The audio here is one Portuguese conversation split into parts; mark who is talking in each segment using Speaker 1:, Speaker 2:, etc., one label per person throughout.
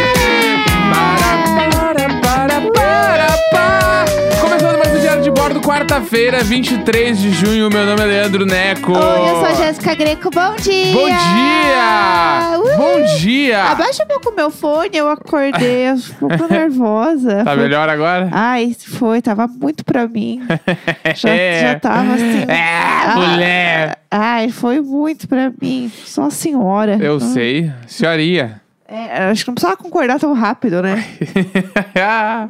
Speaker 1: um Terça-feira, 23 de junho, meu nome é Leandro Neco.
Speaker 2: Oi, eu sou a Jéssica Greco. Bom dia!
Speaker 1: Bom dia!
Speaker 2: Uhul.
Speaker 1: Bom dia!
Speaker 2: Abaixa um pouco o meu fone, eu acordei, eu fico um nervosa.
Speaker 1: Tá
Speaker 2: Foi-
Speaker 1: melhor agora?
Speaker 2: Ai, foi, tava muito pra mim. Ah, Já, já tava assim.
Speaker 1: É,
Speaker 2: Ah.
Speaker 1: mulher!
Speaker 2: Ai, foi muito pra mim. Sou uma senhora.
Speaker 1: Eu
Speaker 2: Não-
Speaker 1: sei, senhoria.
Speaker 2: É, acho que não precisava concordar tão rápido, né?
Speaker 1: Ah,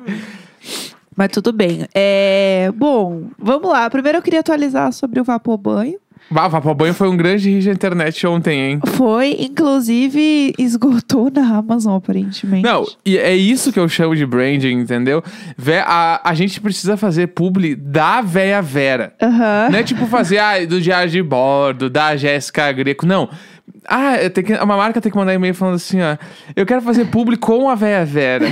Speaker 2: Mas tudo bem. É, bom, vamos lá. Primeiro eu queria atualizar sobre o vapor banho.
Speaker 1: Bah, o Papo Banho foi um grande hit na internet ontem, hein?
Speaker 2: Foi, inclusive, esgotou na Amazon, aparentemente.
Speaker 1: Não, e é isso que eu chamo de branding, entendeu? Vé- a, a gente precisa fazer publi da véia Vera.
Speaker 2: Aham.
Speaker 1: Não é tipo fazer ah, do Diário de Bordo, da Jéssica Greco, não. Ah, eu tenho que, uma marca tem que mandar e-mail falando assim, ó. Eu quero fazer publi com a Véia Vera.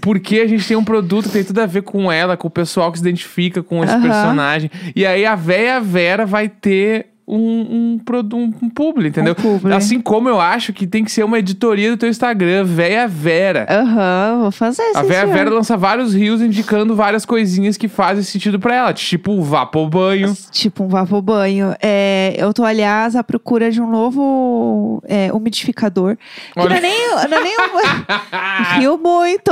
Speaker 1: Porque a gente tem um produto que tem tudo a ver com ela, com o pessoal que se identifica com esse
Speaker 2: Aham.
Speaker 1: personagem. E aí a Véia Vera vai ter um, um, produ- um, um publi, entendeu?
Speaker 2: publi.
Speaker 1: Assim como eu acho que tem que ser uma editoria do teu Instagram, Véia Vera.
Speaker 2: Aham, vou fazer isso.
Speaker 1: A Vera Vera lança vários rios indicando várias coisinhas que fazem sentido pra ela. Tipo, vá pro banho.
Speaker 2: Tipo um vapor banho. É, eu tô, aliás, à procura de um novo é, umidificador. Que
Speaker 1: Olha.
Speaker 2: não é nem, não é nem um... Rio muito!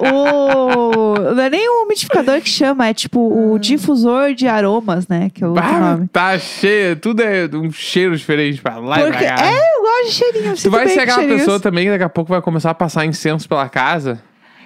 Speaker 2: O, não é nem um umidificador que chama, é tipo o difusor de aromas, né? Que é o outro
Speaker 1: Hum. Bah,
Speaker 2: nome.
Speaker 1: tá cheio, tudo é um cheiro diferente pra lá e
Speaker 2: Porque,
Speaker 1: pra cá.
Speaker 2: é, eu gosto de cheirinho. eu
Speaker 1: tu
Speaker 2: sinto
Speaker 1: vai
Speaker 2: bem
Speaker 1: ser
Speaker 2: com
Speaker 1: aquela
Speaker 2: cheirinhos.
Speaker 1: pessoa também que daqui a pouco vai começar a passar incenso pela casa?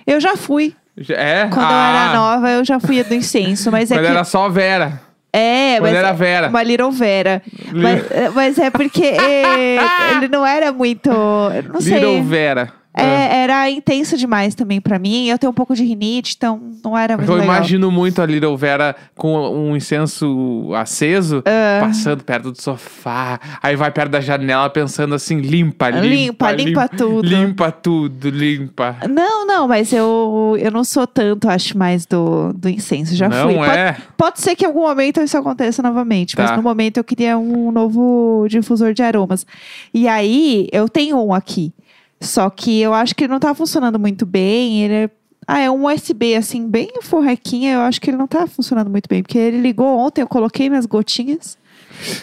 Speaker 2: Eu já fui.
Speaker 1: Já- É?
Speaker 2: Quando eu
Speaker 1: Ah,
Speaker 2: era nova, eu já fui do incenso. Mas é
Speaker 1: Quando
Speaker 2: que
Speaker 1: era só Vera.
Speaker 2: É,
Speaker 1: Quando
Speaker 2: mas
Speaker 1: era Vera.
Speaker 2: uma Little Vera. Mas, é, mas é porque é, ele não era muito. eu Não sei.
Speaker 1: Little Vera.
Speaker 2: É, era intenso demais também pra mim. Eu tenho um pouco de rinite, então não era muito
Speaker 1: Eu
Speaker 2: legal.
Speaker 1: imagino muito a Little Vera com um incenso aceso,
Speaker 2: É.
Speaker 1: passando perto do sofá. Aí vai perto da janela pensando assim: limpa, limpa.
Speaker 2: Limpa, limpa tudo.
Speaker 1: Limpa tudo, limpa.
Speaker 2: Não, não, mas eu, eu não sou tanto, acho, mais do, do incenso. Já
Speaker 1: Não
Speaker 2: fui. Pode-
Speaker 1: é?
Speaker 2: Pode, ser que em algum momento isso aconteça novamente,
Speaker 1: Tá.
Speaker 2: mas no momento eu queria um novo difusor de aromas. E aí, eu tenho um aqui. Só que eu acho que ele não tá funcionando muito bem. Ele é. Ah, é um USB, assim, bem forrequinha. Eu acho que ele não tá funcionando muito bem. Porque ele ligou ontem, eu coloquei minhas gotinhas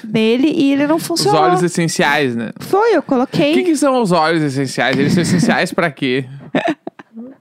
Speaker 2: nele e ele não
Speaker 1: Os
Speaker 2: funcionou.
Speaker 1: olhos essenciais, né?
Speaker 2: Foi, eu
Speaker 1: O
Speaker 2: coloquei.
Speaker 1: que, é que são os óleos essenciais? Eles são essenciais pra quê?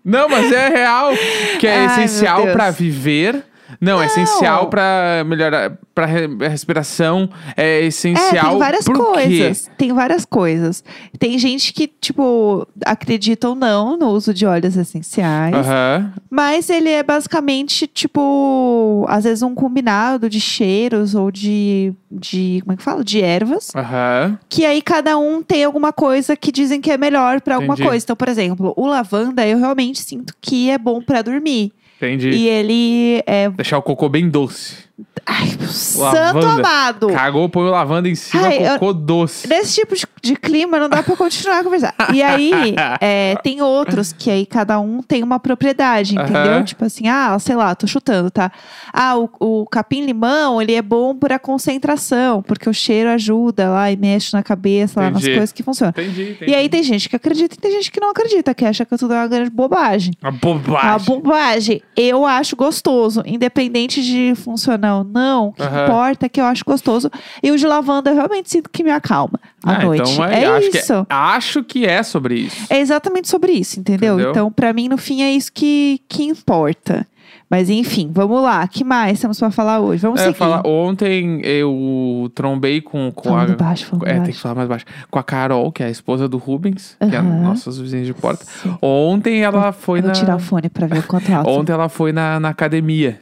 Speaker 1: Não, mas é real. Que é
Speaker 2: Ai, meu
Speaker 1: essencial
Speaker 2: Deus.
Speaker 1: pra viver. Não, é essencial pra melhorar para respiração. É
Speaker 2: É,
Speaker 1: essencial.
Speaker 2: tem várias
Speaker 1: pro quê?
Speaker 2: coisas. Tem várias coisas. Tem gente que, tipo, acredita ou não no uso de óleos essenciais.
Speaker 1: Aham.
Speaker 2: Mas ele é basicamente, tipo, às vezes um combinado de cheiros ou de. de como é que fala? De ervas.
Speaker 1: Aham.
Speaker 2: Que aí cada um tem alguma coisa que dizem que é melhor pra alguma
Speaker 1: Entendi.
Speaker 2: coisa. Então, por exemplo, o lavanda eu realmente sinto que é bom pra dormir.
Speaker 1: Entendi.
Speaker 2: E ele é.
Speaker 1: Deixar o cocô bem doce.
Speaker 2: Ai, santo
Speaker 1: Lavanda.
Speaker 2: amado!
Speaker 1: Cagou, põe o lavanda em cima,
Speaker 2: Ai, eu-
Speaker 1: cocô doce.
Speaker 2: Nesse tipo de, de clima, não dá pra continuar a conversar. E aí, é, tem outros que aí cada um tem uma propriedade, entendeu?
Speaker 1: Aham.
Speaker 2: Tipo assim, ah, sei lá, tô chutando, tá? Ah, o, o capim-limão, ele é bom pra concentração, porque o cheiro ajuda lá e mexe na cabeça, lá nas
Speaker 1: Entendi.
Speaker 2: coisas que funcionam.
Speaker 1: Entendi, entendi.
Speaker 2: E aí tem gente que acredita e tem gente que não acredita, que acha que tudo é uma grande bobagem.
Speaker 1: Uma
Speaker 2: Uma
Speaker 1: bobagem.
Speaker 2: bobagem. Eu acho gostoso, independente de funcionar ou não, o que
Speaker 1: Aham.
Speaker 2: importa é que eu acho gostoso. E o de lavanda eu realmente sinto que me acalma à
Speaker 1: Ah,
Speaker 2: noite.
Speaker 1: Então,
Speaker 2: é,
Speaker 1: acho
Speaker 2: isso.
Speaker 1: Que é, acho que é sobre isso.
Speaker 2: É... exatamente sobre isso, entendeu?
Speaker 1: Entendeu?
Speaker 2: Então, pra mim, no fim, é isso que, que importa. Mas enfim, vamos lá. que mais temos pra falar hoje? Vamos
Speaker 1: É,
Speaker 2: seguir. Tá
Speaker 1: falar, ontem eu trombei com, com a.
Speaker 2: Falando baixo, falando
Speaker 1: É, tem que
Speaker 2: baixo.
Speaker 1: falar mais baixo. Com a Carol, que é a esposa do Rubens, que é
Speaker 2: Aham.
Speaker 1: nossos vizinhos de porta.
Speaker 2: Sim.
Speaker 1: Ontem ela foi
Speaker 2: Eu vou
Speaker 1: na.
Speaker 2: tirar o fone pra ver o quanto alto.
Speaker 1: Ontem ela foi na, na academia.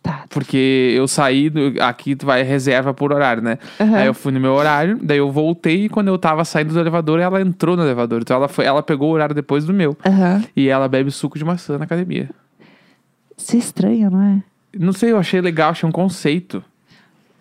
Speaker 2: Tá.
Speaker 1: Porque eu saí do- aqui, tu vai reserva por horário, né?
Speaker 2: Aham.
Speaker 1: Aí eu fui no meu horário, daí eu voltei e quando eu tava saindo do elevador, ela entrou no elevador. Então ela, foi, ela pegou o horário depois do meu.
Speaker 2: Aham.
Speaker 1: E ela bebe suco de maçã na academia.
Speaker 2: Isso é estranho, não é?
Speaker 1: Não sei, eu achei legal, achei um conceito.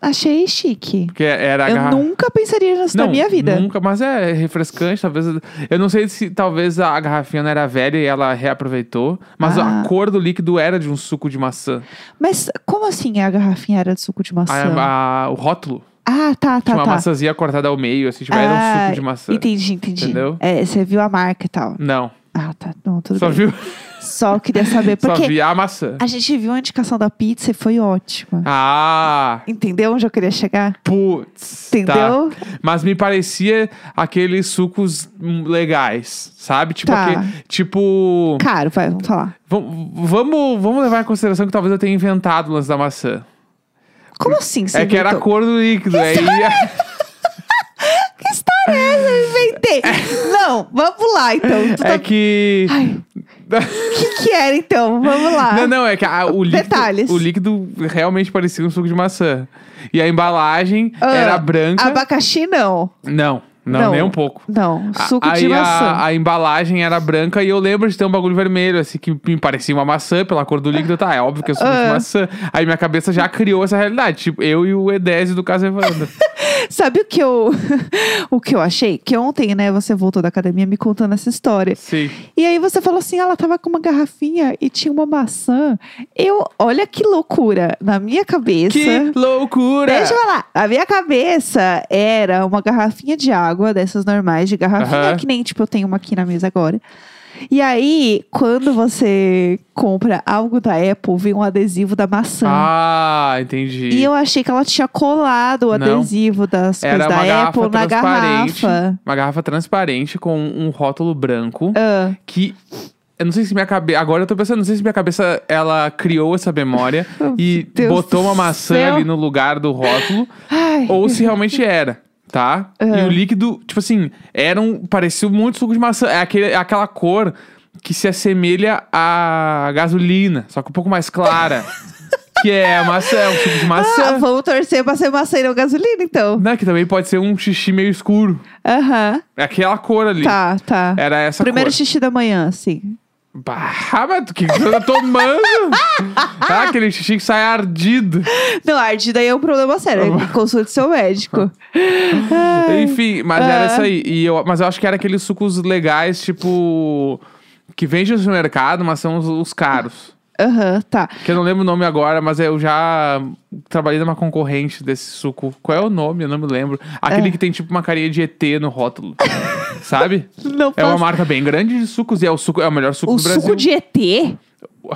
Speaker 2: Achei chique.
Speaker 1: Porque era a
Speaker 2: eu
Speaker 1: garrafa-
Speaker 2: nunca pensaria nisso na minha vida.
Speaker 1: Nunca, mas é refrescante, talvez. Eu não sei se talvez a garrafinha não era velha e ela reaproveitou, mas
Speaker 2: Ah.
Speaker 1: a cor do líquido era de um suco de maçã.
Speaker 2: Mas como assim a garrafinha era de suco de
Speaker 1: A-
Speaker 2: maçã?
Speaker 1: a- o rótulo
Speaker 2: Ah, tá, tá,
Speaker 1: tinha é uma
Speaker 2: tá.
Speaker 1: maçãzinha cortada ao meio, assim, tipo, era um
Speaker 2: Ah,
Speaker 1: suco de maçã.
Speaker 2: Entendi, entendi.
Speaker 1: Entendeu?
Speaker 2: É, você viu a marca e tal.
Speaker 1: Não,
Speaker 2: Ah, tá. Não, tudo
Speaker 1: só
Speaker 2: bem.
Speaker 1: viu.
Speaker 2: Só queria saber.
Speaker 1: Só
Speaker 2: Porque
Speaker 1: vi a maçã.
Speaker 2: a gente viu a indicação da pizza e foi ótima.
Speaker 1: Ah,
Speaker 2: Entendeu onde eu queria chegar?
Speaker 1: putz. tá.
Speaker 2: Entendeu?
Speaker 1: Mas me parecia aqueles sucos hum, legais, sabe? Tipo,
Speaker 2: Tá.
Speaker 1: aque- tipo
Speaker 2: Caro, vai, vamos falar.
Speaker 1: vam- vamos, vamos levar em consideração que talvez eu tenha inventado o lance da maçã.
Speaker 2: Como assim, você
Speaker 1: é que é, era a
Speaker 2: inventou?
Speaker 1: cor do líquido. Aí,
Speaker 2: Que história é essa? Eu inventei. Não, vamos lá então. Tu
Speaker 1: é
Speaker 2: tá-
Speaker 1: que.
Speaker 2: Ai, o que, que era então? Vamos lá.
Speaker 1: Não, não, é que a- o, líquido,
Speaker 2: Detalhes.
Speaker 1: o líquido realmente parecia um suco de maçã. E a embalagem
Speaker 2: Ah,
Speaker 1: era branca.
Speaker 2: Abacaxi não.
Speaker 1: Não, não,
Speaker 2: Não.
Speaker 1: nem um pouco.
Speaker 2: Não,
Speaker 1: A-
Speaker 2: suco de
Speaker 1: aí a-
Speaker 2: maçã.
Speaker 1: A, embalagem era branca e eu lembro de ter um bagulho vermelho, assim, que me parecia uma maçã pela cor do líquido. Tá, é óbvio que é suco de
Speaker 2: Ah.
Speaker 1: maçã. Aí minha cabeça já criou essa realidade. Tipo, eu e o Edésio do caso Evandro.
Speaker 2: Sabe o que eu o que eu achei? Que ontem, né, você voltou da academia me contando essa história.
Speaker 1: Sim.
Speaker 2: E aí você falou assim, ela tava com uma garrafinha e tinha uma maçã. Eu, olha que loucura na minha cabeça.
Speaker 1: Que loucura!
Speaker 2: Deixa eu falar. A minha cabeça era uma garrafinha de água, dessas normais de garrafinha,
Speaker 1: Aham.
Speaker 2: que nem tipo eu tenho uma aqui na mesa agora. E aí, quando você compra algo da Apple, vem um adesivo da maçã.
Speaker 1: Ah, entendi.
Speaker 2: E eu achei que ela tinha colado o
Speaker 1: Não.
Speaker 2: adesivo das
Speaker 1: Era
Speaker 2: coisas da
Speaker 1: uma garrafa
Speaker 2: Apple na
Speaker 1: transparente.
Speaker 2: garrafa.
Speaker 1: Uma garrafa transparente com um rótulo branco.
Speaker 2: Ah,
Speaker 1: que eu não sei se minha cabeça. Agora eu tô pensando, não sei se minha cabeça ela criou essa memória
Speaker 2: Meu
Speaker 1: e
Speaker 2: Deus
Speaker 1: botou
Speaker 2: do
Speaker 1: uma maçã
Speaker 2: céu.
Speaker 1: ali no lugar do rótulo,
Speaker 2: Ai. Ah.
Speaker 1: ou se realmente era, tá? E o líquido, tipo assim, era um. Parecia muito suco de maçã. É, aquele, é aquela cor que se assemelha à gasolina, só que um pouco mais clara. que é a maçã, é um suco de
Speaker 2: Ah,
Speaker 1: maçã.
Speaker 2: vamos torcer pra ser maçã e não gasolina, então.
Speaker 1: Né, que também pode ser um xixi meio escuro.
Speaker 2: Aham.
Speaker 1: É aquela cor ali.
Speaker 2: Tá, tá.
Speaker 1: Era essa
Speaker 2: Primeiro
Speaker 1: cor.
Speaker 2: xixi da manhã, assim.
Speaker 1: Bah, mas o que que você tá tomando? ah, aquele xixi que sai ardido.
Speaker 2: Não, ardida aí é um problema sério. Consulte seu médico. Ai.
Speaker 1: Enfim, mas
Speaker 2: Ah.
Speaker 1: era isso aí. E eu, mas eu acho que era aqueles sucos legais, tipo. Que vende no mercado, mas são os, os caros.
Speaker 2: Aham, tá.
Speaker 1: Que eu não lembro o nome agora, mas eu já trabalhei numa concorrente desse suco. Qual é o nome? Eu não me lembro. Aquele
Speaker 2: É.
Speaker 1: que tem tipo uma carinha de ET no rótulo. Sabe?
Speaker 2: Não
Speaker 1: É uma
Speaker 2: posso-
Speaker 1: marca bem grande de sucos e é o, suco, é o melhor suco
Speaker 2: O
Speaker 1: do Brasil.
Speaker 2: suco de ET? Como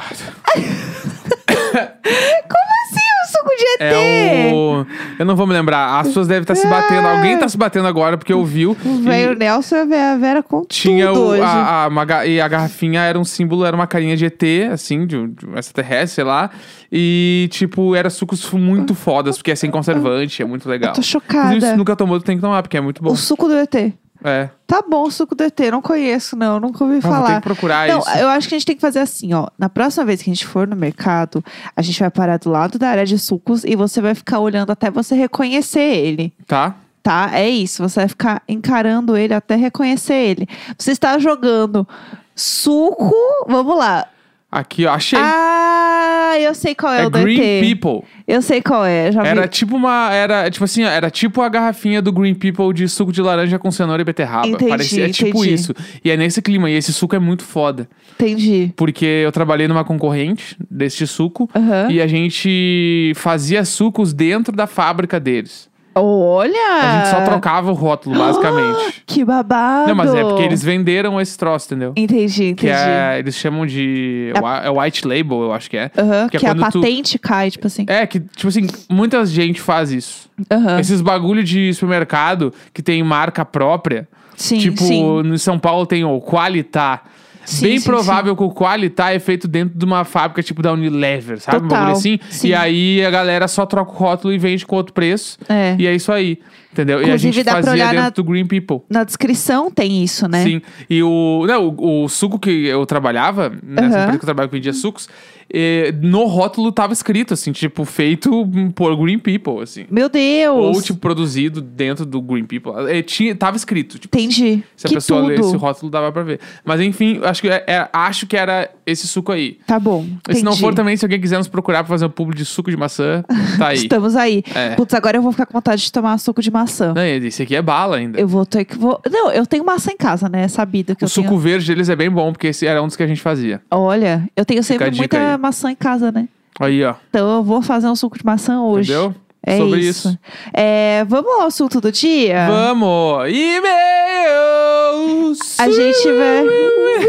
Speaker 2: assim o suco de ET?
Speaker 1: É o. Eu não vou me lembrar. As pessoas devem estar se batendo.
Speaker 2: É.
Speaker 1: Alguém tá se batendo agora porque ouviu.
Speaker 2: O velho Nelson e a Vera- Vera com
Speaker 1: Tinha
Speaker 2: tudo
Speaker 1: o,
Speaker 2: hoje.
Speaker 1: a, a- uma ga- e a garrafinha era um símbolo, era uma carinha de ET, assim, de, um- de um extraterrestre, sei lá. E, tipo, era sucos fu- muito fodas, porque é sem conservante, é muito legal.
Speaker 2: Eu tô
Speaker 1: Inclusive,
Speaker 2: chocada.
Speaker 1: se nunca tomou, tu tem que tomar, porque é muito bom.
Speaker 2: O suco do ET.
Speaker 1: É.
Speaker 2: Tá bom, suco do ET, não conheço, não, nunca ouvi
Speaker 1: Ah, vou ter
Speaker 2: falar.
Speaker 1: que procurar
Speaker 2: Não,
Speaker 1: isso.
Speaker 2: eu acho que a gente tem que fazer assim, ó. Na próxima vez que a gente for no mercado, a gente vai parar do lado da área de sucos e você vai ficar olhando até você reconhecer ele,
Speaker 1: Tá?
Speaker 2: tá? É isso, você vai ficar encarando ele até reconhecer ele. Você está jogando suco, vamos lá.
Speaker 1: Aqui, ó. Achei.
Speaker 2: Ah, eu sei qual é,
Speaker 1: é
Speaker 2: o do
Speaker 1: Green
Speaker 2: ET.
Speaker 1: People.
Speaker 2: Eu sei qual é, já
Speaker 1: Era
Speaker 2: vi.
Speaker 1: tipo uma. Era tipo assim, ó, era tipo a garrafinha do Green People de suco de laranja com cenoura e beterraba.
Speaker 2: Entendi,
Speaker 1: Parecia tipo
Speaker 2: entendi.
Speaker 1: isso. E é nesse clima. E esse suco é muito foda.
Speaker 2: Entendi.
Speaker 1: Porque eu trabalhei numa concorrente deste suco.
Speaker 2: Aham.
Speaker 1: E a gente fazia sucos dentro da fábrica deles.
Speaker 2: Olha!
Speaker 1: A gente só trocava o rótulo, basicamente.
Speaker 2: Que babado!
Speaker 1: Não, mas é porque eles venderam esse troço, entendeu?
Speaker 2: Entendi, entendi.
Speaker 1: Que é, eles chamam de. É white label, eu acho que é.
Speaker 2: Aham, que,
Speaker 1: é
Speaker 2: a
Speaker 1: quando tu-
Speaker 2: patente cai, tipo assim.
Speaker 1: É, que, tipo assim, muita gente faz isso.
Speaker 2: Aham.
Speaker 1: Esses bagulho de supermercado que tem marca própria.
Speaker 2: Sim,
Speaker 1: tipo,
Speaker 2: sim.
Speaker 1: no São Paulo tem o Qualitá.
Speaker 2: Sim,
Speaker 1: Bem
Speaker 2: sim,
Speaker 1: provável que o Qualitá é feito dentro de uma fábrica tipo da Unilever, sabe? Um
Speaker 2: Total,
Speaker 1: bagulho assim.
Speaker 2: sim.
Speaker 1: E aí a galera só troca o rótulo e vende com outro preço.
Speaker 2: É.
Speaker 1: E é isso aí. Entendeu? e a
Speaker 2: Inclusive,
Speaker 1: gente
Speaker 2: dá pra
Speaker 1: fazia
Speaker 2: olhar
Speaker 1: dentro
Speaker 2: na-
Speaker 1: do Green People.
Speaker 2: Na descrição tem isso, né?
Speaker 1: Sim. E o, não, o, o suco que eu trabalhava, nessa
Speaker 2: Aham.
Speaker 1: empresa que eu trabalhava que vendia sucos, eh, no rótulo tava escrito, assim, tipo, feito por Green People, assim.
Speaker 2: Meu Deus!
Speaker 1: Ou, tipo, produzido dentro do Green People. Eh, tinha, tava escrito, tipo,
Speaker 2: Entendi.
Speaker 1: se a
Speaker 2: que
Speaker 1: pessoa
Speaker 2: tudo.
Speaker 1: lê esse rótulo, dava pra ver. Mas enfim, acho que, é- é- acho que era esse suco aí.
Speaker 2: Tá bom.
Speaker 1: E se não
Speaker 2: entendi.
Speaker 1: for também, se alguém quiser nos procurar pra fazer um público de suco de maçã, tá aí.
Speaker 2: Estamos aí.
Speaker 1: É.
Speaker 2: Putz, agora eu vou ficar com vontade de tomar suco de maçã.
Speaker 1: Não, esse aqui é bala ainda.
Speaker 2: Eu vou ter que. Vou... Não, eu tenho maçã em casa, né? É sabido que
Speaker 1: o
Speaker 2: eu
Speaker 1: suco
Speaker 2: tenho.
Speaker 1: verde deles é bem bom, porque esse era um dos que a gente fazia.
Speaker 2: Olha, eu tenho sempre
Speaker 1: a dica
Speaker 2: muita
Speaker 1: aí.
Speaker 2: maçã em casa, né?
Speaker 1: Aí, ó.
Speaker 2: Então eu vou fazer um suco de maçã hoje.
Speaker 1: Entendeu?
Speaker 2: É
Speaker 1: Sobre isso.
Speaker 2: É, vamos ao assunto do dia?
Speaker 1: Vamos! E-mails!
Speaker 2: A gente vai. Ui,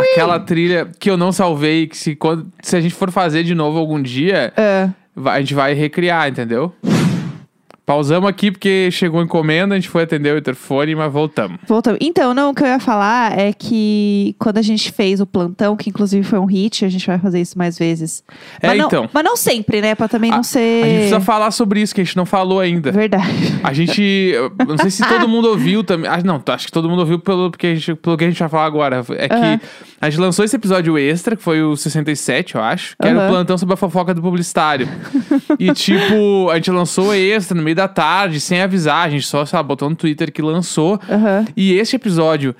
Speaker 2: ui,
Speaker 1: Aquela trilha que eu não salvei, que se, quando- se a gente for fazer de novo algum dia,
Speaker 2: Ah,
Speaker 1: vai- a gente vai recriar, entendeu? Pausamos aqui porque chegou encomenda, a gente foi atender o interfone, mas voltamos.
Speaker 2: voltando. Então, não, o que eu ia falar é que quando a gente fez o plantão, que inclusive foi um hit, a gente vai fazer isso mais vezes.
Speaker 1: É,
Speaker 2: mas não,
Speaker 1: então.
Speaker 2: Mas não sempre, né? Pra também não ser.
Speaker 1: A gente precisa falar sobre isso, que a gente não falou ainda.
Speaker 2: Verdade.
Speaker 1: A gente. eu Não sei se todo mundo ouviu também. Ah, não, acho que todo mundo ouviu pelo, porque a gente, pelo que a gente vai falar agora. É que
Speaker 2: Aham.
Speaker 1: a gente lançou esse episódio extra, que foi o 67, eu acho, que era
Speaker 2: Aham.
Speaker 1: o plantão sobre a fofoca do publicitário. e, tipo, a gente lançou extra no meio da tarde, sem avisar. A gente só, sabe, botou no Twitter que lançou.
Speaker 2: Aham.
Speaker 1: E esse episódio,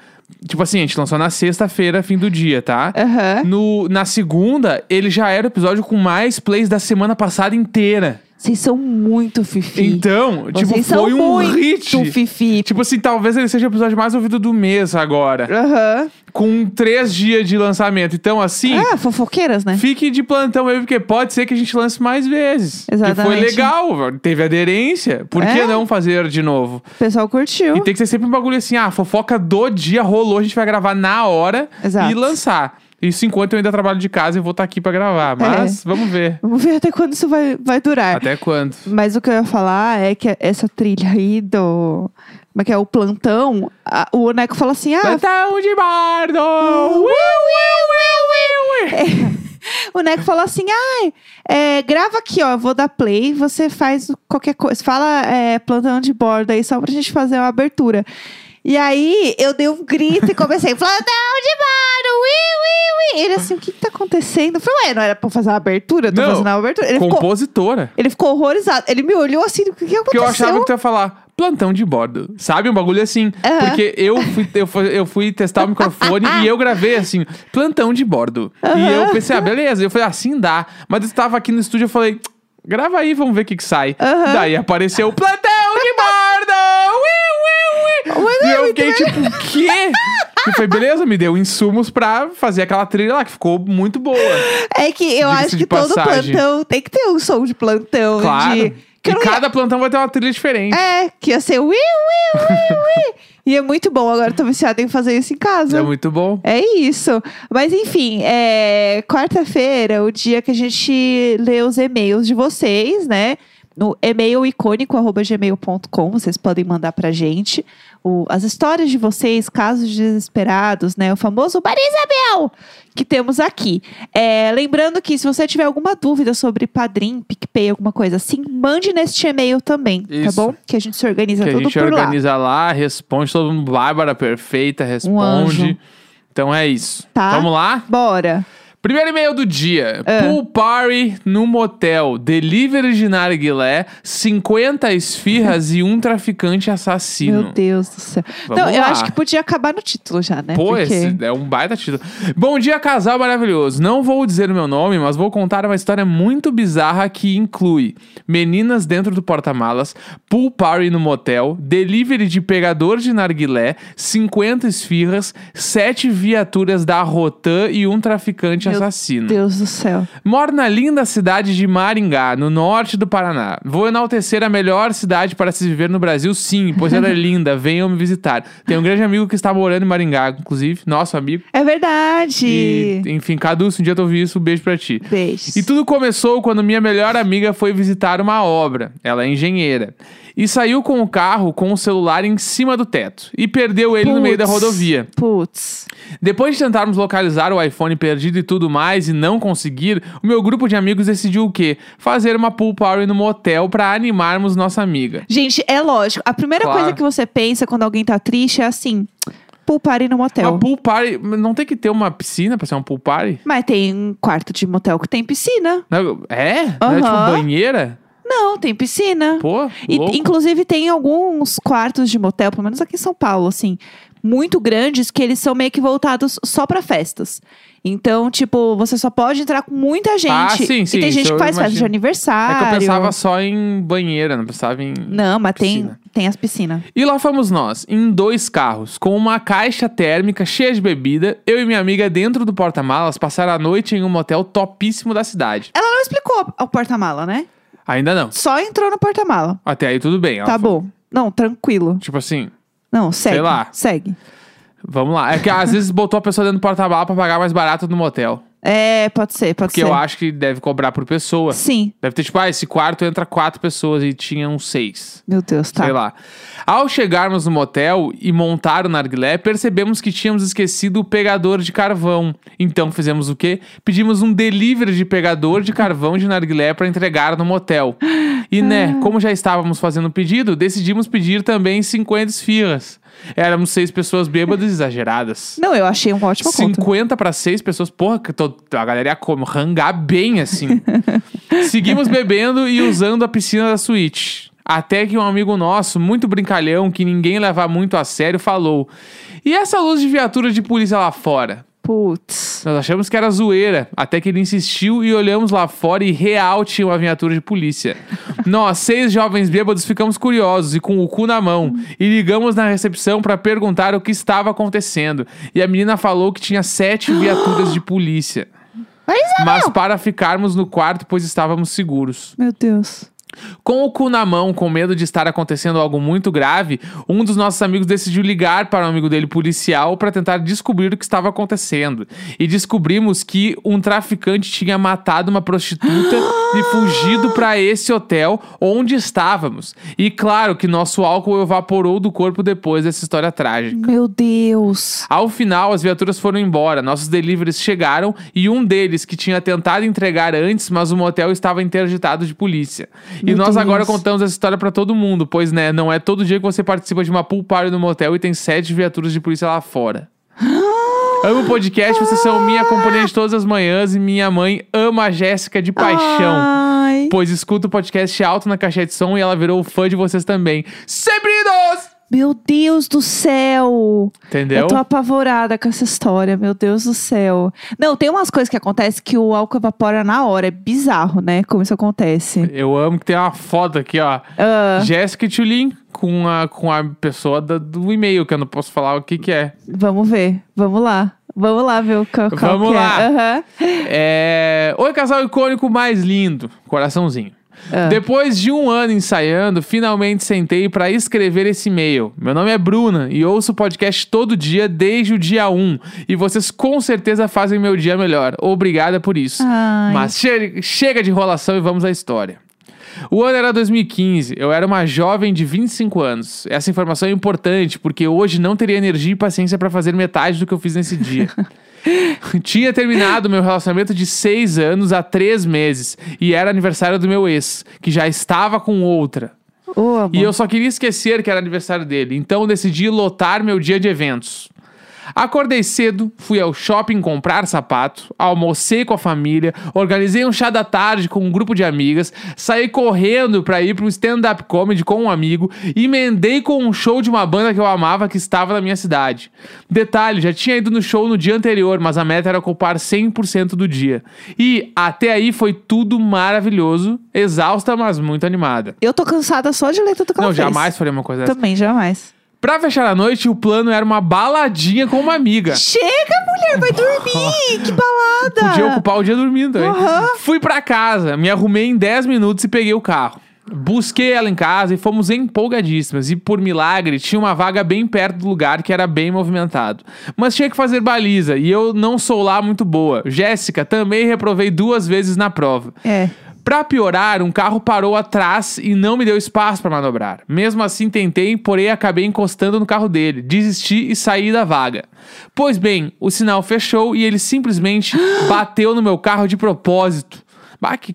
Speaker 1: tipo assim, a gente lançou na sexta-feira, fim do dia, tá?
Speaker 2: Aham.
Speaker 1: No, na segunda, ele já era o episódio com mais plays da semana passada inteira.
Speaker 2: Vocês são muito fifi.
Speaker 1: Então,
Speaker 2: Vocês
Speaker 1: tipo,
Speaker 2: são
Speaker 1: foi um
Speaker 2: muito
Speaker 1: hit.
Speaker 2: fifi.
Speaker 1: Tipo assim, talvez ele seja o episódio mais ouvido do mês agora.
Speaker 2: Aham.
Speaker 1: Com três dias de lançamento. Então, assim,
Speaker 2: Ah, fofoqueiras, né?
Speaker 1: fique de plantão aí, porque pode ser que a gente lance mais vezes. Que foi
Speaker 2: Exatamente.
Speaker 1: legal, teve aderência. Por que
Speaker 2: É. Então
Speaker 1: não fazer de novo?
Speaker 2: O pessoal curtiu.
Speaker 1: E tem que ser sempre um bagulho assim: ah, a fofoca do dia rolou, a gente vai gravar na hora
Speaker 2: Exato.
Speaker 1: e lançar. Isso enquanto eu ainda trabalho de casa e vou estar aqui pra
Speaker 2: É.
Speaker 1: gravar. Mas vamos ver.
Speaker 2: Vamos ver até quando isso vai, vai durar.
Speaker 1: Até quando?
Speaker 2: Mas o que eu ia falar é que essa trilha aí do. Como é que é? O plantão. a- o Oneco fala assim: ah, uh,
Speaker 1: Plantão de bardo! Ui, ui, ui, ui, ui.
Speaker 2: É. O Neco falou assim: ai, é, grava aqui, ó, eu vou dar play, você faz qualquer coisa. Fala é, plantão de bordo aí, só pra gente fazer uma abertura. E aí eu dei um grito e comecei: plantão de bordo, ui, ui, ui. Ele assim: o que, que tá acontecendo? Eu falei: ué, não era pra fazer uma abertura? Eu tô
Speaker 1: Não,
Speaker 2: fazendo uma abertura. Ele, ficou,
Speaker 1: Compositora.
Speaker 2: ele ficou horrorizado. Ele me olhou assim: o que, que
Speaker 1: Porque
Speaker 2: aconteceu?
Speaker 1: eu achava que tu ia falar plantão de bordo. Sabe? Um bagulho assim.
Speaker 2: Aham.
Speaker 1: Porque eu fui, eu, fui, eu fui testar o microfone e eu gravei assim, plantão de bordo. E eu pensei, ah, beleza. Eu falei, assim dá. Mas eu tava aqui no estúdio eu falei, grava aí, vamos ver o que que sai. Daí apareceu o plantão de bordo! Ui, ui, ui.
Speaker 2: Mas
Speaker 1: E
Speaker 2: é
Speaker 1: eu
Speaker 2: muito
Speaker 1: fiquei tipo, o quê? Eu falei, beleza, me deu insumos pra fazer aquela trilha lá, que ficou muito boa.
Speaker 2: É que eu
Speaker 1: Diga-se
Speaker 2: acho
Speaker 1: de
Speaker 2: que todo
Speaker 1: passagem.
Speaker 2: plantão tem que ter um som de plantão.
Speaker 1: Claro.
Speaker 2: De, que eu
Speaker 1: e
Speaker 2: não ia-
Speaker 1: cada plantão vai ter uma trilha diferente.
Speaker 2: É, que ia ser ui, ui, ui, ui. E é muito bom, agora eu tô viciada em fazer isso em casa.
Speaker 1: É muito bom.
Speaker 2: É isso. Mas enfim, é, quarta-feira, o dia que a gente lê os e-mails de vocês, né? No e-mail icônico.gmail.com, vocês podem mandar pra gente o- as histórias de vocês, casos desesperados, né? O famoso Maria Isabel que temos aqui. É, lembrando que se você tiver alguma dúvida sobre Padrim, PicPay, alguma coisa assim, mande neste e-mail também,
Speaker 1: Isso.
Speaker 2: tá bom? Que a gente se organiza
Speaker 1: que a
Speaker 2: tudo
Speaker 1: gente
Speaker 2: por lá.
Speaker 1: organiza lá. responde todo mundo. Bárbara perfeita, responde.
Speaker 2: anjo.
Speaker 1: então é isso.
Speaker 2: Tá. Ah.
Speaker 1: Vamos lá?
Speaker 2: Bora.
Speaker 1: Primeiro e-mail do dia. Pool party no motel. Delivery de narguilé, 50 esfirras e um traficante assassino.
Speaker 2: Meu Deus do céu.
Speaker 1: Vamos
Speaker 2: não, eu
Speaker 1: lá.
Speaker 2: acho que podia acabar no título já, né?
Speaker 1: Pô,
Speaker 2: Porque-
Speaker 1: esse é um baita título. Bom dia, casal maravilhoso. Não vou dizer o meu nome, mas vou contar uma história muito bizarra que inclui meninas dentro do porta-malas, pool party no motel, delivery de pegador de narguilé, 50 esfirras, 7 viaturas da Rotan e um traficante
Speaker 2: Meu
Speaker 1: assassino.
Speaker 2: Deus do céu.
Speaker 1: Moro na linda cidade de Maringá, no norte do Paraná. Vou enaltecer a melhor cidade para se viver no Brasil, sim, pois ela é linda. Venham me visitar. Tem um grande amigo que está morando em Maringá, inclusive, nosso amigo.
Speaker 2: É verdade.
Speaker 1: E, enfim, Cadu, se um dia tu ouvir isso, um beijo pra ti.
Speaker 2: Beijo.
Speaker 1: E tá tudo começou quando minha melhor amiga foi visitar uma obra. Ela é engenheira. E saiu com o carro com o celular em cima do teto. E perdeu ele no meio da
Speaker 2: Putz,
Speaker 1: rodovia.
Speaker 2: Putz.
Speaker 1: Depois de tentarmos localizar o iPhone perdido e tudo mais e não conseguir, o meu grupo de amigos decidiu o quê? Fazer uma pool party no motel pra animarmos nossa amiga.
Speaker 2: Gente, é lógico. A primeira
Speaker 1: Claro.
Speaker 2: coisa que você pensa quando alguém tá triste é assim: pulpar no motel.
Speaker 1: Uma pool party, não tem que ter uma piscina pra ser uma pool party?
Speaker 2: Mas tem um quarto de motel que tem piscina.
Speaker 1: Não- é? Não é tipo
Speaker 2: Aham.
Speaker 1: banheira?
Speaker 2: Não, tem piscina.
Speaker 1: Pô,
Speaker 2: E,
Speaker 1: louco.
Speaker 2: inclusive, tem alguns quartos de motel, pelo menos aqui em São Paulo, assim, muito grandes, que eles são meio que voltados só pra festas. Então, tipo, você só pode entrar com muita gente.
Speaker 1: Ah, sim, sim,
Speaker 2: e tem
Speaker 1: isso
Speaker 2: gente
Speaker 1: eu
Speaker 2: que faz festa de
Speaker 1: imagino. é
Speaker 2: aniversário.
Speaker 1: que eu pensava só em banheira, não pensava em...
Speaker 2: Não, mas tem,
Speaker 1: Piscina.
Speaker 2: tem as piscinas.
Speaker 1: E lá fomos nós, em dois carros, com uma caixa térmica cheia de bebida, eu e minha amiga dentro do porta-malas passar a noite em um motel topíssimo da cidade.
Speaker 2: Ela não explicou o porta-mala, né?
Speaker 1: Ainda não.
Speaker 2: Só entrou no porta-mala.
Speaker 1: Até aí tudo bem. ela
Speaker 2: Tá
Speaker 1: falou,
Speaker 2: bom. Não, tranquilo.
Speaker 1: Tipo assim,
Speaker 2: Não, segue.
Speaker 1: lá.
Speaker 2: Segue.
Speaker 1: Vamos lá. É que às vezes botou a pessoa dentro do porta-bala pra pagar mais barato no motel.
Speaker 2: É, pode ser, pode
Speaker 1: Porque
Speaker 2: ser.
Speaker 1: eu acho que deve cobrar por pessoa.
Speaker 2: Sim.
Speaker 1: Deve ter tipo, ah, esse quarto entra quatro pessoas e tinham seis.
Speaker 2: Meu Deus, tá.
Speaker 1: Sei lá. Ao chegarmos no motel e montar o narguilé, percebemos que tínhamos esquecido o pegador de carvão. Então fizemos o quê? Pedimos um delivery de pegador de carvão de narguilé para entregar no motel. E né, como já estávamos fazendo o pedido, decidimos pedir também 50 esfirras. Éramos seis pessoas bêbadas e exageradas.
Speaker 2: Não, eu achei um ótimo conto.
Speaker 1: 50 para 6 pessoas. Porra, que tô- a galera ia como, rangar bem assim. Seguimos bebendo e usando a piscina da suíte. Até que um amigo nosso, muito brincalhão, que ninguém leva muito a sério, falou: E essa luz de viatura de polícia lá fora?
Speaker 2: Putz.
Speaker 1: Nós achamos que era zoeira, até que ele insistiu e olhamos lá fora e real tinha uma viatura de polícia. Nós, seis jovens bêbados, ficamos curiosos e com o cu na mão e ligamos na recepção pra perguntar o que estava acontecendo. E a menina falou que tinha sete viaturas de polícia.
Speaker 2: Mas é
Speaker 1: Mas para ficarmos no quarto, pois estávamos seguros.
Speaker 2: Meu Deus.
Speaker 1: Com o cu na mão, com medo de estar acontecendo algo muito grave, um dos nossos amigos decidiu ligar para um amigo dele policial para tentar descobrir o que estava acontecendo. E descobrimos que um traficante tinha matado uma prostituta e fugido para esse hotel onde estávamos. E claro que nosso álcool evaporou do corpo depois dessa história trágica.
Speaker 2: Meu Deus.
Speaker 1: Ao final, as viaturas foram embora, nossos deliveries chegaram e um deles, que tinha tentado entregar antes, mas o motel estava interditado de polícia. e
Speaker 2: Meu
Speaker 1: nós
Speaker 2: Deus.
Speaker 1: agora contamos essa história pra todo mundo, pois né, não é todo dia que você participa de uma pool party no motel e tem sete viaturas de polícia lá fora. Amo o podcast, vocês são
Speaker 2: Ah!
Speaker 1: minha companhia de todas as manhãs e minha mãe ama a Jéssica de paixão.
Speaker 2: Ai.
Speaker 1: Pois escuta o podcast alto na caixa de som e ela virou fã de vocês também. Sempre nós!
Speaker 2: Meu Deus do céu.
Speaker 1: Entendeu?
Speaker 2: Eu tô apavorada com essa história, meu Deus do céu. Não, tem umas coisas que acontecem que o álcool evapora na hora. É bizarro, né? Como isso acontece. Ah,
Speaker 1: Eu amo que tem uma foto aqui, ó. Jéssica Tulin com a, com a pessoa da- do e-mail, que eu não posso falar o que que é.
Speaker 2: Vamos ver. Vamos lá. Vamos lá ver o qual, qual
Speaker 1: Vamos
Speaker 2: que
Speaker 1: lá.
Speaker 2: é. Aham.
Speaker 1: É, Oi, casal icônico mais lindo. Coraçãozinho. Depois de um ano ensaiando, finalmente sentei pra escrever esse e-mail. Meu nome é Bruna e ouço o podcast todo dia desde o dia 1. E vocês com certeza fazem meu dia melhor. Obrigada por isso.
Speaker 2: Ai.
Speaker 1: Mas che- chega de enrolação e vamos à história. O ano era 2015, eu era uma jovem de 25 anos. Essa informação é importante porque hoje não teria energia e paciência para fazer metade do que eu fiz nesse dia. Tinha terminado meu relacionamento de seis anos há três meses e era aniversário do meu ex, que já estava com outra.
Speaker 2: Ô, amor.
Speaker 1: E eu só queria esquecer que era aniversário dele, então decidi lotar meu dia de eventos. Acordei cedo, fui ao shopping comprar sapato, almocei com a família, organizei um chá da tarde com um grupo de amigas, saí correndo pra ir para um stand-up comedy com um amigo e emendei com um show de uma banda que eu amava que estava na minha cidade. Detalhe, já tinha ido no show no dia anterior, mas a meta era ocupar 100% do dia. E até aí foi tudo maravilhoso, exausta, mas muito animada.
Speaker 2: Eu tô cansada só de ler tudo que
Speaker 1: Não,
Speaker 2: ela fez.
Speaker 1: jamais faria uma coisa dessa.
Speaker 2: Também, jamais.
Speaker 1: Pra fechar a noite, o plano era uma baladinha com uma amiga.
Speaker 2: Chega, mulher, vai dormir! que balada!
Speaker 1: Podia ocupar o dia dormindo também.
Speaker 2: Aham.
Speaker 1: Fui pra casa, me arrumei em 10 minutos e peguei o carro. Busquei ela em casa e fomos empolgadíssimas. E por milagre, tinha uma vaga bem perto do lugar que era bem movimentado. Mas tinha que fazer baliza e eu não sou lá muito boa. Jéssica, também reprovei duas vezes na prova.
Speaker 2: É.
Speaker 1: Pra piorar, um carro parou atrás e não me deu espaço pra manobrar. Mesmo assim, tentei, porém acabei encostando no carro dele, desisti e saí da vaga. Pois bem, o sinal fechou e ele simplesmente bateu no meu carro de propósito. Ah, que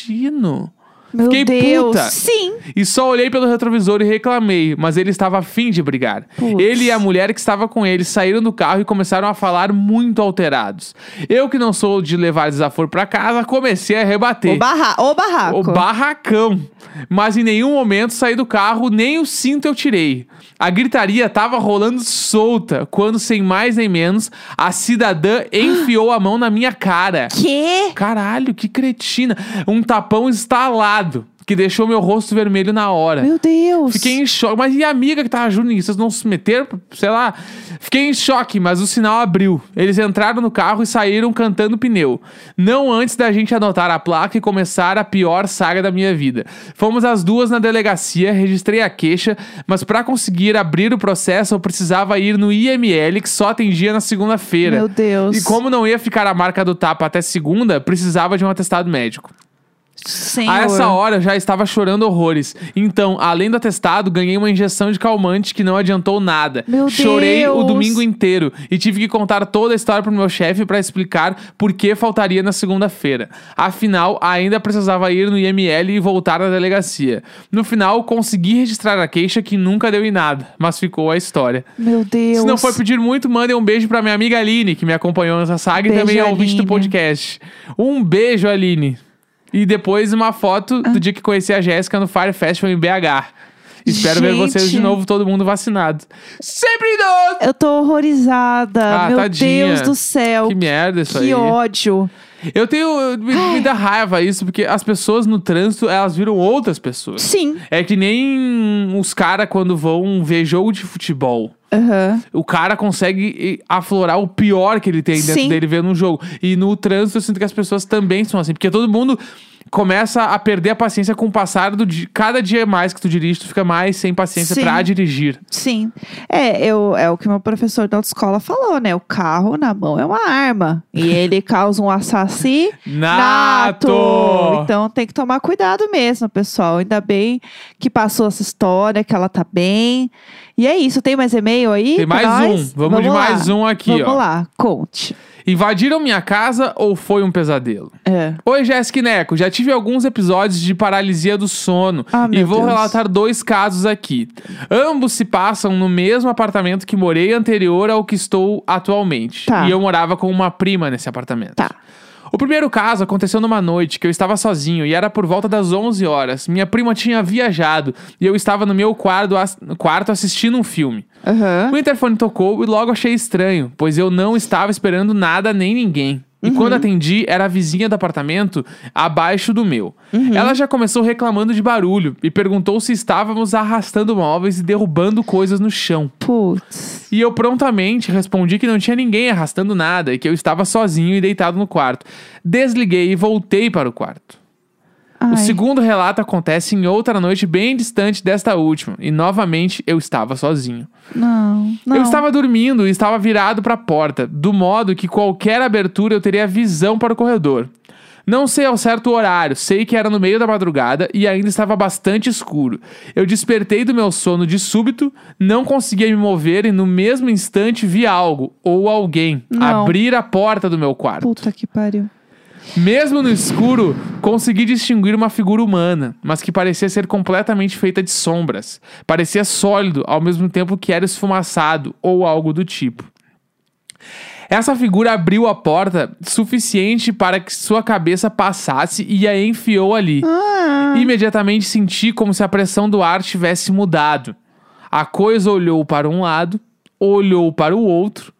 Speaker 1: cretino!
Speaker 2: Meu
Speaker 1: Fiquei
Speaker 2: Deus.
Speaker 1: puta.
Speaker 2: Sim.
Speaker 1: E só olhei pelo retrovisor e reclamei, mas ele estava afim de brigar.
Speaker 2: Putz.
Speaker 1: Ele e a mulher que estava com ele saíram do carro e começaram a falar muito alterados. Eu, que não sou de levar desaforo pra casa, comecei a rebater.
Speaker 2: O, barra... o barraco.
Speaker 1: O barracão. Mas em nenhum momento saí do carro, nem o cinto eu tirei. A gritaria tava rolando solta, quando, sem mais nem menos, a cidadã enfiou a mão na minha cara.
Speaker 2: Quê?
Speaker 1: Caralho, que cretina. Um tapão instalado. que deixou meu rosto vermelho na hora.
Speaker 2: Meu Deus.
Speaker 1: É. Fiquei em choque. Mas e a amiga que tava junto nisso? Vocês não se meteram? Sei lá. Fiquei em choque, mas o sinal abriu. Eles entraram no carro e saíram cantando pneu. Não antes da gente anotar a placa e começar a pior saga da minha vida. Fomos as duas na delegacia, registrei a queixa, mas pra conseguir abrir o processo eu precisava ir no IML, que só atendia na segunda-feira.
Speaker 2: Meu Deus.
Speaker 1: E como não ia ficar a marca do tapa até segunda, precisava de um atestado médico.
Speaker 2: Senhor.
Speaker 1: A Ah, essa hora eu já estava chorando horrores. Então, além do atestado, ganhei uma injeção de calmante que não adiantou nada.
Speaker 2: Meu
Speaker 1: Chorei o
Speaker 2: Deus.
Speaker 1: domingo inteiro e tive que contar toda a história pro meu chefe para explicar por que faltaria na segunda-feira. Afinal, ainda precisava ir no IML e voltar na delegacia. No final, consegui registrar a queixa que nunca deu em nada, mas ficou a história.
Speaker 2: Meu Deus.
Speaker 1: Se não for pedir muito, mandem um beijo pra minha amiga Aline, que me acompanhou nessa saga e
Speaker 2: Beijo,
Speaker 1: também é ouvinte do
Speaker 2: Aline.
Speaker 1: podcast. Um beijo, Aline. E depois uma foto
Speaker 2: Ah.
Speaker 1: do dia que conheci a Jéssica no Fire Festival em BH. Espero ver
Speaker 2: Gente.
Speaker 1: vocês de novo, todo mundo vacinado. Sempre novo!
Speaker 2: Eu tô horrorizada.
Speaker 1: Ah,
Speaker 2: Meu
Speaker 1: tadinha.
Speaker 2: Deus do céu.
Speaker 1: Que merda isso
Speaker 2: Que
Speaker 1: aí.
Speaker 2: ódio.
Speaker 1: Eu tenho. eu- Me, me dá raiva isso, porque as pessoas no trânsito, elas viram outras pessoas.
Speaker 2: Sim.
Speaker 1: É que nem os caras quando vão ver jogo de futebol.
Speaker 2: Aham.
Speaker 1: O cara consegue aflorar o pior que ele tem dentro
Speaker 2: Sim.
Speaker 1: dele vendo um jogo. E no trânsito eu sinto que as pessoas também são assim, porque todo mundo começa a perder a paciência com o passar do dia. Cada dia mais que tu dirige, tu fica mais sem paciência
Speaker 2: Sim.
Speaker 1: pra dirigir.
Speaker 2: Sim. É, eu, é o que meu professor da autoescola falou, né? O carro na mão é uma arma. E ele causa um assassinato.
Speaker 1: Nato!
Speaker 2: Então tem que tomar cuidado mesmo, pessoal. Ainda bem que passou essa história, que ela tá bem. E é isso. Tem mais e-mail aí?
Speaker 1: Tem
Speaker 2: pra
Speaker 1: mais
Speaker 2: nós?
Speaker 1: um. Vamos, de
Speaker 2: lá.
Speaker 1: mais um aqui,
Speaker 2: Vamos
Speaker 1: ó.
Speaker 2: lá, conte.
Speaker 1: Invadiram minha casa ou foi um pesadelo?
Speaker 2: É.
Speaker 1: Oi, Jéssica e Neco. Já tive alguns episódios de paralisia do sono
Speaker 2: Ah,
Speaker 1: e
Speaker 2: meu
Speaker 1: vou
Speaker 2: Deus.
Speaker 1: relatar dois casos aqui. Ambos se passam no mesmo apartamento que morei anterior ao que estou atualmente.
Speaker 2: Tá.
Speaker 1: E eu morava com uma prima nesse apartamento.
Speaker 2: Tá.
Speaker 1: O primeiro caso aconteceu numa noite que eu estava sozinho e era por volta das 11 horas. Minha prima tinha viajado e eu estava no meu quarto, ass- quarto assistindo um filme.
Speaker 2: Aham.
Speaker 1: O interfone tocou e logo achei estranho, pois eu não estava esperando nada nem ninguém. E quando atendi, era a vizinha do apartamento abaixo do meu. Ela já começou reclamando de barulho e perguntou se estávamos arrastando móveis e derrubando coisas no chão.
Speaker 2: Putz.
Speaker 1: E eu prontamente respondi que não tinha ninguém arrastando nada e que eu estava sozinho e deitado no quarto. Desliguei e voltei para o quarto.
Speaker 2: Ai.
Speaker 1: O segundo relato acontece em outra noite bem distante desta última, e novamente eu estava sozinho.
Speaker 2: Não, não.
Speaker 1: Eu estava dormindo e estava virado para a porta, do modo que qualquer abertura eu teria visão para o corredor. Não sei ao certo o horário, sei que era no meio da madrugada e ainda estava bastante escuro. Eu despertei do meu sono de súbito, não conseguia me mover e no mesmo instante vi algo ou alguém
Speaker 2: Não.
Speaker 1: abrir a porta do meu quarto.
Speaker 2: Puta que pariu.
Speaker 1: Mesmo no escuro, consegui distinguir uma figura humana, mas que parecia ser completamente feita de sombras. Parecia sólido, ao mesmo tempo que era esfumaçado ou algo do tipo. Essa figura abriu a porta suficiente para que sua cabeça passasse e a enfiou ali.
Speaker 2: Ah,
Speaker 1: Imediatamente senti como se a pressão do ar tivesse mudado. A coisa olhou para um lado, olhou para o outro,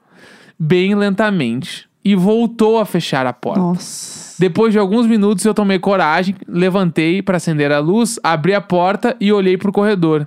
Speaker 1: bem lentamente, e voltou a fechar a porta.
Speaker 2: nossa.
Speaker 1: Depois de alguns minutos, eu tomei coragem, levantei para acender a luz, abri a porta e olhei pro corredor.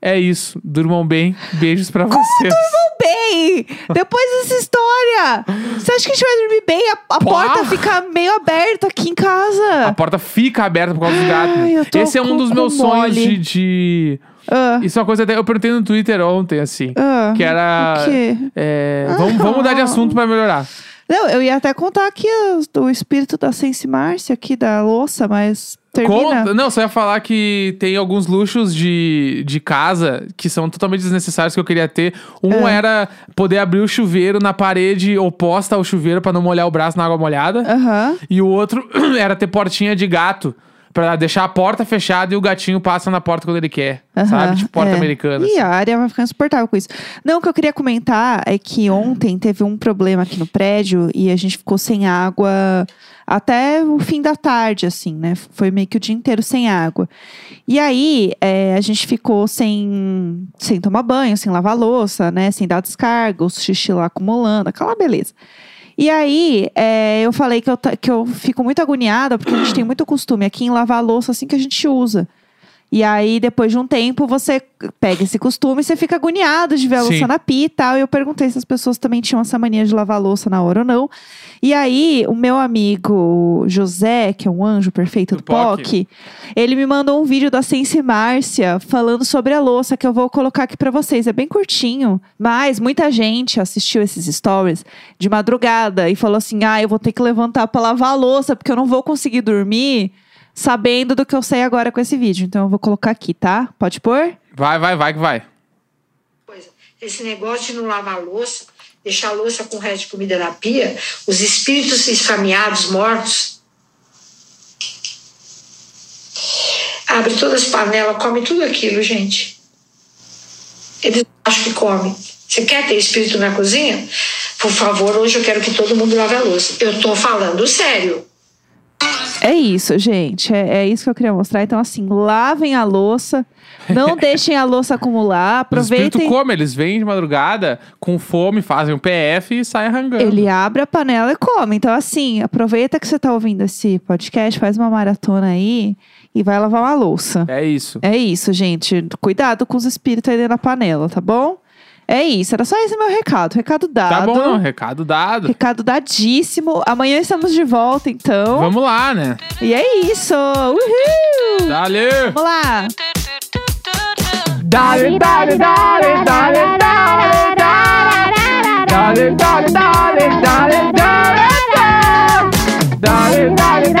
Speaker 1: É isso. Durmam bem. Beijos pra vocês.
Speaker 2: bem! Depois dessa história! Você acha que a gente vai dormir bem? A, a porta fica meio aberta aqui em
Speaker 1: A
Speaker 2: casa.
Speaker 1: porta fica aberta por causa do gato.
Speaker 2: Ai, eu tô
Speaker 1: Esse é um
Speaker 2: com
Speaker 1: dos
Speaker 2: o
Speaker 1: meus
Speaker 2: cu
Speaker 1: sonhos de,
Speaker 2: mole.
Speaker 1: de-
Speaker 2: Ah,
Speaker 1: Isso é uma coisa até. Eu perguntei no Twitter ontem, assim.
Speaker 2: ah,
Speaker 1: Que era.
Speaker 2: o quê? Ah,
Speaker 1: é, vamos, vamos mudar de assunto pra melhorar.
Speaker 2: Não, eu ia até contar aqui os- do espírito da Sense Márcia aqui, da louça, mas termina.
Speaker 1: Conta- Não, só ia falar que tem alguns luxos de, de casa que são totalmente desnecessários que eu queria ter. Um
Speaker 2: É.
Speaker 1: era poder abrir o chuveiro na parede oposta ao chuveiro pra não molhar o braço na água molhada.
Speaker 2: Aham.
Speaker 1: E o outro era ter portinha de gato pra deixar a porta fechada e o gatinho passa na porta quando ele quer.
Speaker 2: Aham,
Speaker 1: sabe? Tipo porta
Speaker 2: é.
Speaker 1: americana.
Speaker 2: Ih,
Speaker 1: assim.
Speaker 2: a área vai ficar insuportável com isso. Não, o que eu queria comentar é que
Speaker 1: Uhum.
Speaker 2: ontem teve um problema aqui no prédio e a gente ficou sem água até o fim da tarde, assim, né? Foi meio que o dia inteiro sem água. E aí, é, a gente ficou sem, sem tomar banho, sem lavar louça, né? Sem dar descarga, o xixi lá acumulando, aquela beleza. E aí, é, eu falei que eu, ta- que eu fico muito agoniada, porque a gente tem muito costume aqui em lavar a louça assim que a gente usa. E aí, depois de um tempo, você pega esse costume e você fica agoniado de ver a
Speaker 1: Sim.
Speaker 2: louça na pia e tal. E eu perguntei se as pessoas também tinham essa mania de lavar a louça na hora ou não. E aí, o meu amigo José, que é um anjo perfeito
Speaker 1: Do
Speaker 2: do,
Speaker 1: POC.
Speaker 2: POC, ele me mandou um vídeo da Sense Márcia falando sobre a louça que eu vou colocar aqui pra vocês. É bem curtinho, mas muita gente assistiu esses stories de madrugada e falou assim: "Ah, eu vou ter que levantar pra lavar a louça porque eu não vou conseguir dormir sabendo do que eu sei agora com esse vídeo". Então eu vou colocar aqui, tá? Pode pôr?
Speaker 1: assim. Vai, vai, vai que vai.
Speaker 3: coisa. é. Esse negócio de não lavar a louça, deixar a louça com o resto de comida na pia, os espíritos esfameados, mortos. Abre todas as panelas, come tudo aquilo, gente. Eles acham que come. Você quer ter espírito na cozinha? Por favor, hoje eu quero que todo mundo lave a louça. Eu tô falando sério.
Speaker 2: É isso, gente. É, é isso que eu queria mostrar. Então assim, lavem a louça, não deixem a louça acumular,
Speaker 1: Os espíritos
Speaker 2: aproveitem.
Speaker 1: comem, eles vêm de madrugada com fome, fazem um PF e saem arrancando.
Speaker 2: Ele abre a panela e come. Então, assim, aproveita que você tá ouvindo esse podcast, faz uma maratona aí e vai lavar uma louça.
Speaker 1: É isso.
Speaker 2: É isso, gente. Cuidado com os espíritos aí dentro da panela, tá bom? É isso. Era só esse meu recado. Recado dado.
Speaker 1: Tá bom, não. Recado dado.
Speaker 2: Recado dadíssimo. Amanhã estamos de volta, então.
Speaker 1: Vamos Tá. lá, né?
Speaker 2: E é isso. Uhul!
Speaker 1: Valeu!
Speaker 2: Vamos lá.
Speaker 1: Dale, dale, dale, dale, dale, dale, dale, dale, dale, dale, dale, dale, dale, dale,